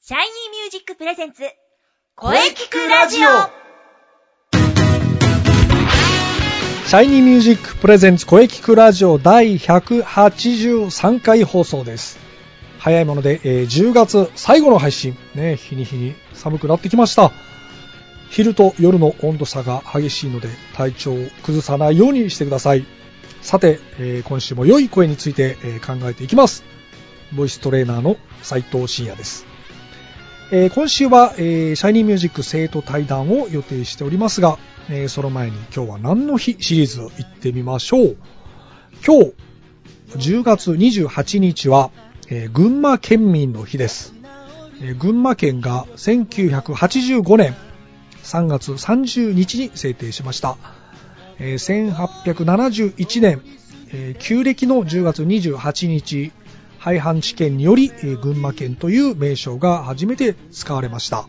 シャイニーミュージックプレゼンツ、声聞くラジオシャイニーミュージックプレゼンツ声聞くラジオ第183回放送です。早いもので、えー10月最後の配信。ね、日に日に寒くなってきました。昼と夜の温度差が激しいので体調を崩さないようにしてください。さて、えー今週も良い声について、えー考えていきます。ボイストレーナーの斉藤真也です。えー今週は、えーシャイニーミュージック生徒対談を予定しておりますが、えーその前に今日は何の日シリーズ行ってみましょう。今日、10月28日は、えー群馬県民の日です。えー群馬県が1985年3月30日に制定しました。えー1871年、えー旧暦の10月28日、廃藩置県により、えー群馬県という名称が初めて使われました。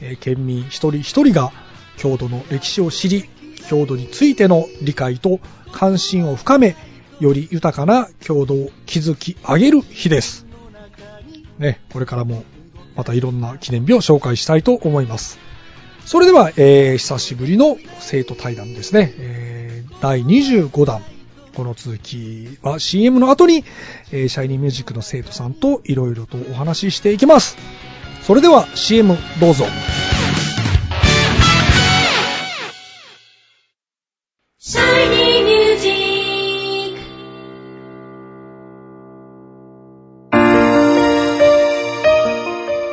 えー県民一人一人が郷土の歴史を知り郷土についての理解と関心を深めより豊かな郷土を築き上げる日です、ね、これからもまたいろんな記念日を紹介したいと思いますそれでは、えー久しぶりの生徒対談ですね、えー第25弾この続きは CM の後に、えーシャイニーミュージックの生徒さんといろいろとお話ししていきますそれでは CM どうぞシャイニーミュージック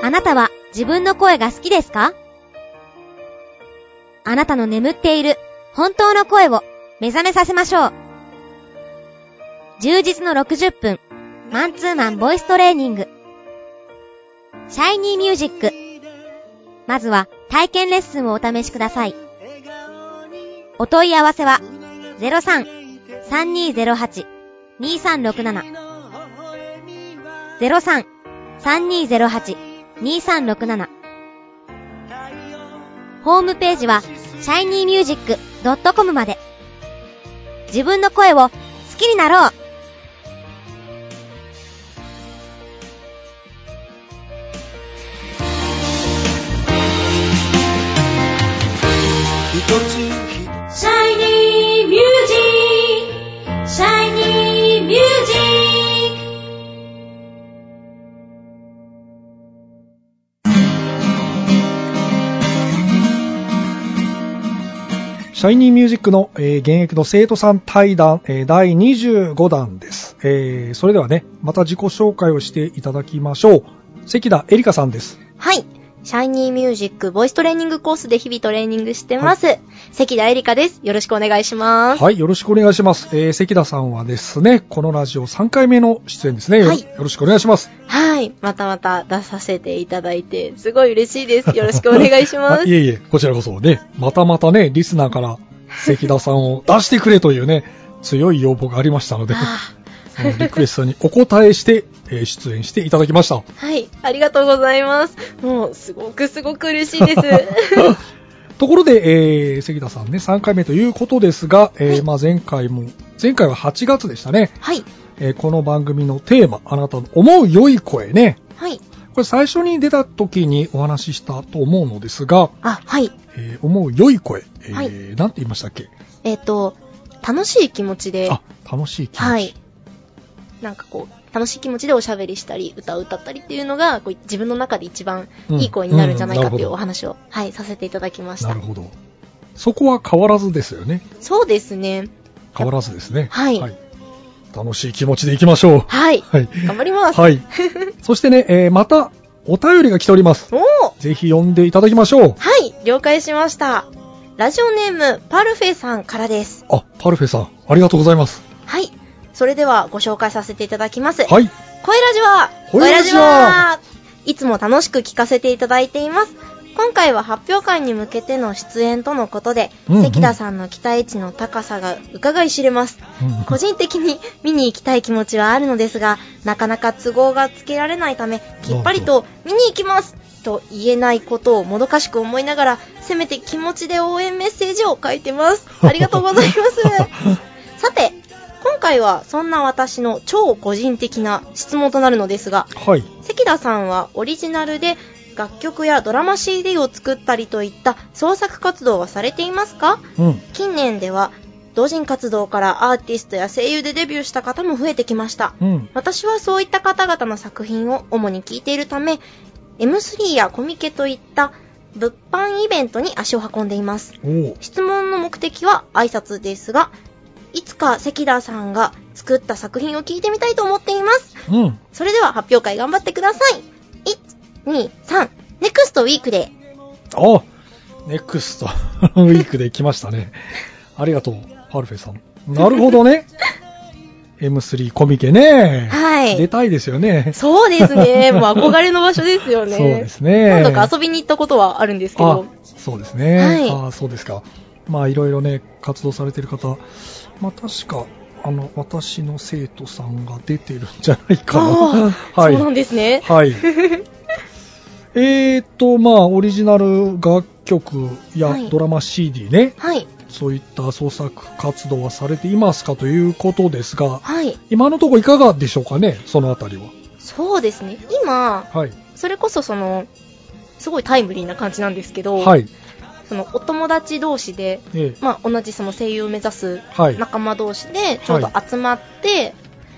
あなたは自分の声が好きですかあなたの眠っている本当の声を目覚めさせましょう。充実の60分、マンツーマンボイストレーニング。シャイニーミュージック。まずは体験レッスンをお試しください。お問い合わせは03-3208-2367 03-3208-2367ホームページは shinymusic.com まで自分の声を好きになろうシャイニーミュージックシャイニーミュージッシャイニーミュージックの、えー現役の生徒さん対談、えー第25弾です、えーそれではね、また自己紹介をしていただきましょう。関田エリカさんです。はい。シャイニーミュージックボイストレーニングコースで日々トレーニングしてます。関田エリカです。よろしくお願いします。はい、よろしくお願いします。えー関田さんはですね、このラジオ3回目の出演ですね。よろはいよろしくお願いします。はい。またまた出させていただいて、すごい嬉しいです。よろしくお願いし まあす。いえいえ、こちらこそね、またまたね、リスナーから関田さんを出してくれというね、強い要望がありましたので、あ うんリクエストにお答えして、えー出演していただきました。はい。ありがとうございます。もう、すごくすごく嬉しいです。ところで、えー関田さんね、3回目ということですが、えーまあ、前回も、前回は8月でしたね、 はい。えーこの番組のテーマ、あなたの思う良い声ね、はい。これ最初に出た時にお話ししたと思うのですが、あ、はい。えー思う良い声、えーはいなんて言いましたっけえっ、と、楽しい気持ちで、あ、楽しい気持ち。はい。なんかこう、楽しい気持ちでおしゃべりしたり、歌を歌ったりっていうのが、こう自分の中で一番うんいい声になるんじゃないかっていううんお話を、はい、させていただきましなたる。ほど。そこは変わらずですよね。そうですね。変わらずですね。はい楽しい気持ちでいきましょう。はい。はい。頑張ります。 はい。そしてね、えーまたお便りが来ております。おーぜひ読んでいただきましょう。はい、了解しました。ラジオネーム、パルフェさんからです。あ、パルフェさん、ありがとうございます。はい。それではご紹介させていただきます。はい。声ラジは声ラジはいつも楽しく聞かせていただいています。今回は発表会に向けての出演とのことで、うんうん関田さんの期待値の高さが伺い知れます。うん個人的に見に行きたい気持ちはあるのですが、なかなか都合がつけられないため、きっぱりと見に行きますと言えないことをもどかしく思いながら、せめて 気持ちで応援メッセージを書いてます。ありがとうございます。さて、今回はそんな私の超個人的な質問となるのですが、はい。関田さんはオリジナルで楽曲やドラマ CD を作ったりといった創作活動はされていますかうん。近年では同人活動からアーティストや声優でデビューした方も増えてきましたうん。私はそういった方々の作品を主に聞いているため M3 やコミケといった物販イベントに足を運んでいますおー質問の目的は挨拶ですがいつか関田さんが作った作品を聞いてみたいと思っていますうん。それでは発表会頑張ってください123ネクストウィークであネクスト ウィークで来ましたね。ありがとう、パルフェさん。なるほど ね。M3 コミケね。は出いたいですよね。そうですねもう憧れの場所ですよねそうですね。何度か遊びに行ったことはあるんですけあど、そうですね。はいあそうですか。まあ、いろいろね、活動されてる方、まあ、確か、あの、私の生徒さんが出てるんじゃないかな。あはい。そうなんですねはい。 えーと、まあ、オリジナル楽曲はやいドラマ CD ね、はいそういった創作活動はされていますかということですが、はい今のところいかがでしょうかね、そのあたりは。そうですね今はい。それこそそのすごいタイムリーな感じなんですけど、はい。そのお友達同士で、ええまあ、同じその声優を目指すはい。仲間同士でちょうど集まって、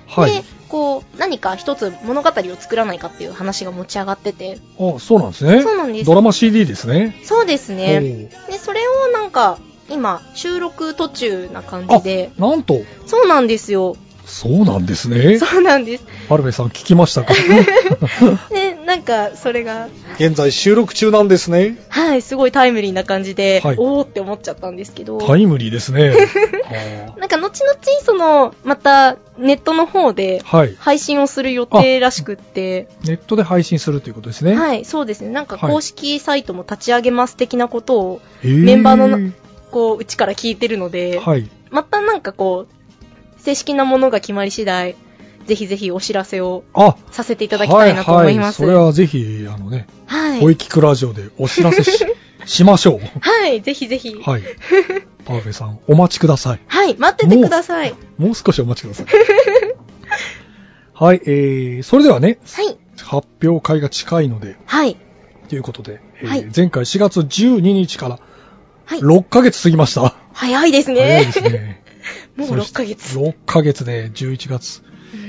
はでい。こう何か一つ物語を作らないかっていう話が持ち上がっててあ、そうなんですね。そうなんですドラマ CD ですね。そうですねでそれをなんか今収録途中な感おうじであ、なんと、そうなんですよそうなんですね。そうなんですパルベさん聞きました かでなんかそれが現在収録中なんですね。はいすごいタイムリーな感じで、はいおおって思っちゃったんですけどタイムリーです ね。なんか後々そのまたネットの方であーはい。配信をする予定らしくってネットで配信するということですね。はいそうですねなんかはい公式サイトも立ち上げます的なことをへーメンバーのなこううちから聞いてるので、はい。またなんかこう正式なものが決まり次第ぜひぜひお知らせをあ、させていただきたいなと思いますはい、はい。それはぜひ、あのね、はい小池クラジオでお知らせし、しまし ょう。はいぜひぜひはい。パーフェさん、お待ちください。はい待っててくださいもう少しお待ちくだ さい。はい、えー、それではね、はい発表会が近いので、はいということで、えーはい前回4月12日からはい6ヶ月過ぎました。早いですね早いですね。 もう6ヶ月6ヶ月で11月。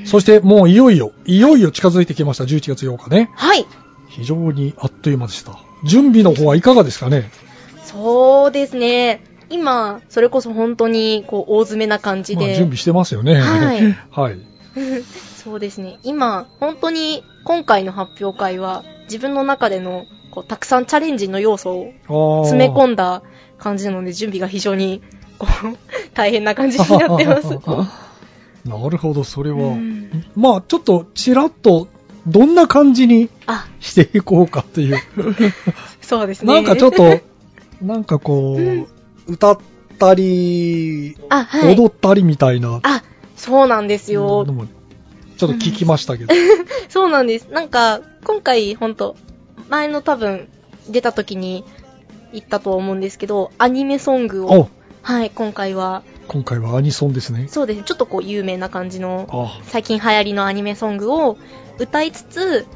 そしてもういよいよ、いよいよ近づいてきました、11月8日ね。はい非常にあっという間でした。準備の方はいかがですかねそうですね。今、それこそ本当に、こう、大詰めな感じまあで。準備してますよね。はい。 はい。そうですね。今、本当に、今回の発表会は、自分の中での、こう、たくさんチャレンジの要素を詰め込んんだ感じなので、準備が非常に、こう、 大変な感じになってます。 なるほど、それは。うんまあ、ちょっと、ちらっと、どんな感じにあ、していこうか っていう。そうですね。なんかちょっ と、なんかこう、歌ったり、あ、はい。踊ったりみたいなあ、そうなんですよ。のも、ちょっと聞きましたけど。そうなんです。なんか、今回、ほんと、前の多分、出た時に言ったと思うんですけど、アニメソングを、おはい、今回は、今回はアニソンですね。そうですね、ちょっとこう、有名な感じの、あ最近流行りのアニメソングを歌いつつ、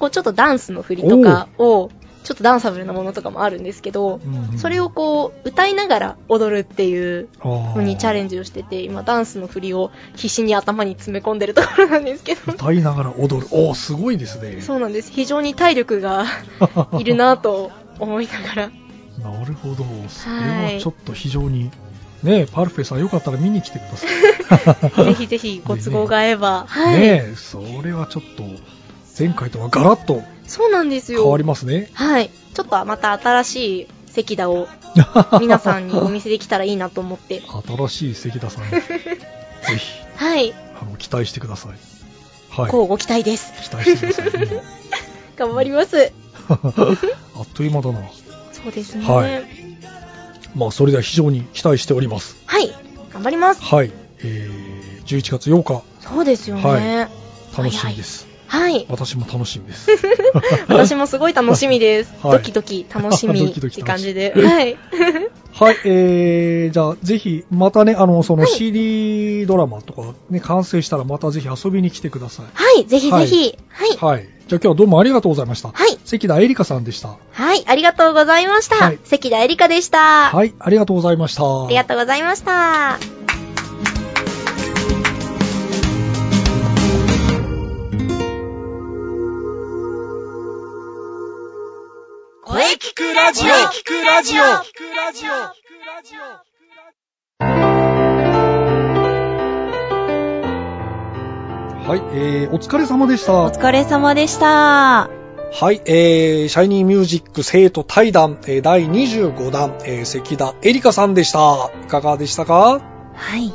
こう、ちょっとダンスの振りとかを、ちょっとダンサブルなものとかもあるんですけど、それをこう、歌いながら踊るっていうのにチャレンンジをしてて、今、ダンスの振りを必死に頭に詰め込んでるところなんですけど。歌いながら踊る。おーすごいですね。そうなんです。非常に体力が いるなぁと思いなが ら。なるほど、それははいちょっと非常に、ねえパルフェさん、よかったら見に来てください。ぜひぜひご都合が合えば。はい、ねえそれはちょっと、前回とはガラッとそうなんです変わより。ますね。はい。ちょっとまた新しい関田 を皆さんにお見せできたらいいなと思って。新しい関田さ ん、ぜひはい。あの期待してください。はい、こうご期待です。期待してください、ね。頑張ります。あっという間だな。そうですね。ははいい。まあ、それでは非常に期待しております。頑張ります。はい、えー、11月8日、そうですよね。楽しみです。はい。私も楽しみです。。私もすごい楽しみですはい ドキドキ楽しみ ドキドキ楽しみって感じで。はい。はい、えー、じゃあ、ぜひ、またね、あの、その CD ドラマとかね、完成したらまたぜひ遊びに来てください。はい、ぜひぜひ。はい。はい。はい。じゃあ今日はどうもありがとうございました。はい関田エリカさんでした。ありがとうございました。はい関田エリカでした。はい、ありがとうございました。ありがとうございました。声聞くラジオ声聞くラジオ聞くラジオはい、えー、お疲れ様でした。お疲れ様でした。はい、えー、シャイニーミュージック生徒対談、えー、第25弾、えー、関田エリカさんでした。いかがでしたかはい。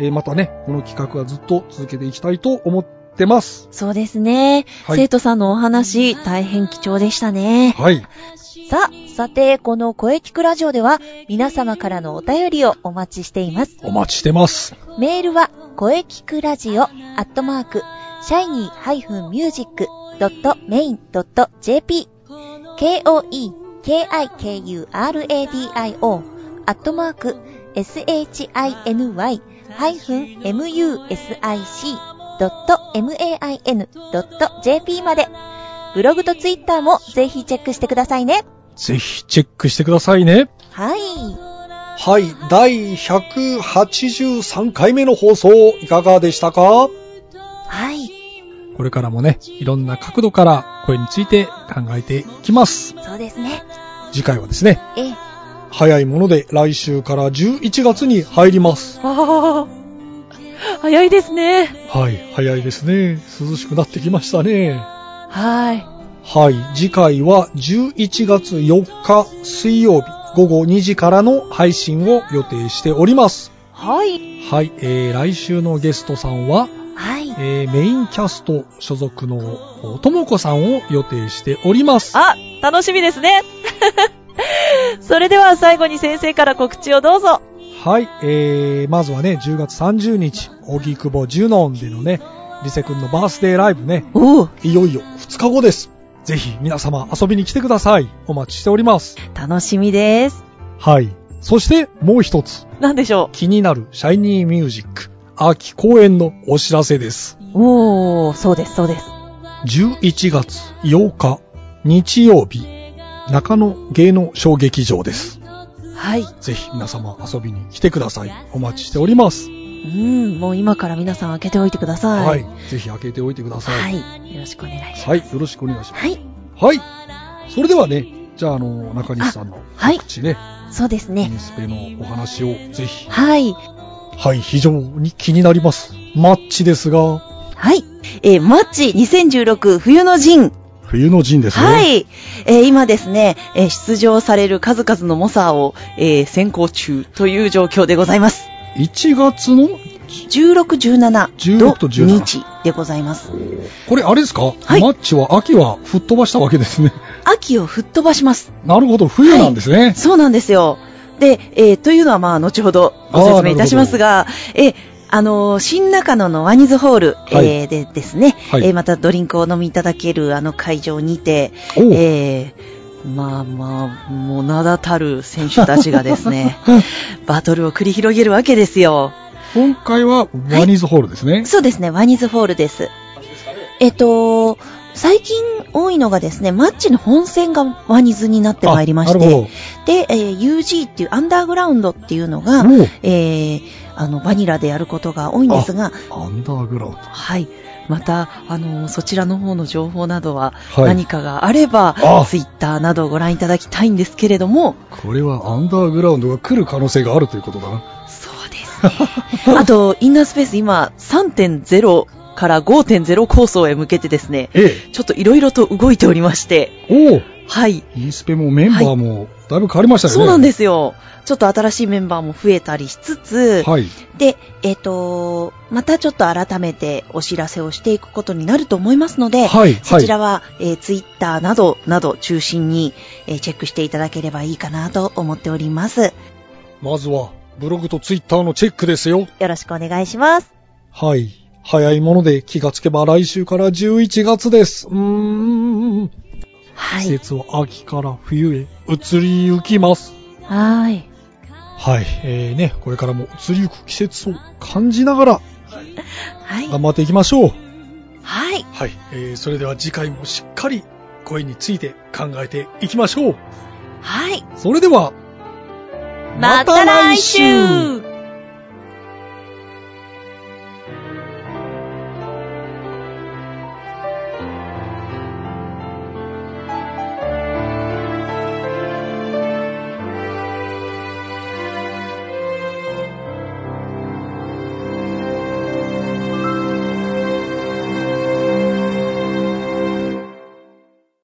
えー、またね、この企画はずっと続けていきたいと思ってます。そうですね。はい生徒さんのお話、大変貴重でしたね。はい。さあ、さて、この声聞くラジオでは、皆様からのお便りをお待ちしています。お待ちしてます。メールは、声聞くラジオ、アットマーク、shiny-music.main.jp、k-o-e-k-i-k-u-r-a-d-i-o、アットマーク、shiny-music.main.jp まで、ブログとツイッターもぜひチェックしてくださいね。ぜひチェックしてくださいね。はい。はい、第183回目の放送、いかがでしたかはい。これからもね、いろんな角度から声について考えていきます。そうですね。次回はですね、ええ、早いもので来週から11月に入ります。ああ、早いですね。はい、早いですね。涼しくなってきましたね。はい。はい、次回は11月4日水曜日午後2時からの配信を予定しております。はい。はい、えー、来週のゲストさんは、はい。えー、メインキャスト所属のともこさんを予定しております。あ、楽しみですね。 それでは最後に先生から告知をどうぞ。はい、えー、まずはね、10月30日、荻窪ジュノンでのね、リセ君のバースデーライブね、おお、いよいよ2日後です。ぜひ皆様遊びに来てください。お待ちしております。楽しみです。はい。そしてもう一つ、なんでしょ気になるシャイニーミュージック秋公演のお知らせです。う。おお、そうです、そうです。 11月8日日曜日、中野芸能小劇場です。はい。ぜひ皆様遊びに来てください。お待ちしております。うん、もう今から皆さん開けておいてください。はい。。ぜひ開けておいてください。ははい。い。よろしくお願いします。よろしくお願いしまはい。す。はい。それではね、じゃあ、あの、中西さんのはい告。知ね、そうですイね。ンスペのお話をぜひはい。はい、非常に気になります。マッチですが、はい。えーマッチ2016冬の陣。冬の陣ですね。は。い。えー今ですね、えー出場される数々の猛者を、えー選考中という状況でございます。 1月の、 16、17 16と土17日でございます。これあれですか、はいマッチは秋は吹っ飛ばしたわけですね。秋を吹っ飛ばします。なるほど、冬なんですね。そうなんですよ。で、えーというのはまあ、後ほどご説明いたしますが、えーあのー新中野のワニズホール、はいえーでですね、はいえーまたドリンクをお飲みいただけるあの会場にて、おうえー、まあまあ、もう名だたる選手たちがですね、 バトルを繰り広げるわけですよ。今回はワニーズホールですね。そうですね、ワニズホールです。えっと、最近多いのがですね、マッチの本戦がワニズになってまいりましあなるて、ほで、えー UG っていうアンダーグラウンドっていうのが、ど。おうえー、あの、バニラでやることが多いんですが、アンダーグラウンド。はい。また、あの、そちらの方の情報などは、はい何かがあれば、あツイッターなどをご覧いただきたいんですけれども、これはアンダーグラウンドが来る可能性があるということだな。そうです ね。あと、インナースペース今、3.0から5.0構想へ向けてですね、ええ。ちょっといろいろと動いておりまして、おうはい。インスペもメンバーもだいぶ変わりましたよね。そうなんですよ。ちょっと新しいメンバーも増えたりしつつ、はい。で、えっ、と、またちょっと改めてお知らせをしていくことになると思いますので、はい。そちらはは、えツイッター Twitter など、など中心に、えーチェックしていただければいいかなと思っております。い。まずは、ブログとツイッターのチェックですよ。よろしくお願いします。はい。早いもので気がつけば来週から11月です。うーん。は季い。節は秋から冬へ移りゆきます。はーい。はい、えーね、これからも移りゆく季節を感じながらはい。頑張っていきましょう。はい。はい、えーそれでは次回もしっかり声について考えていきましょう。はい。それでは、また来週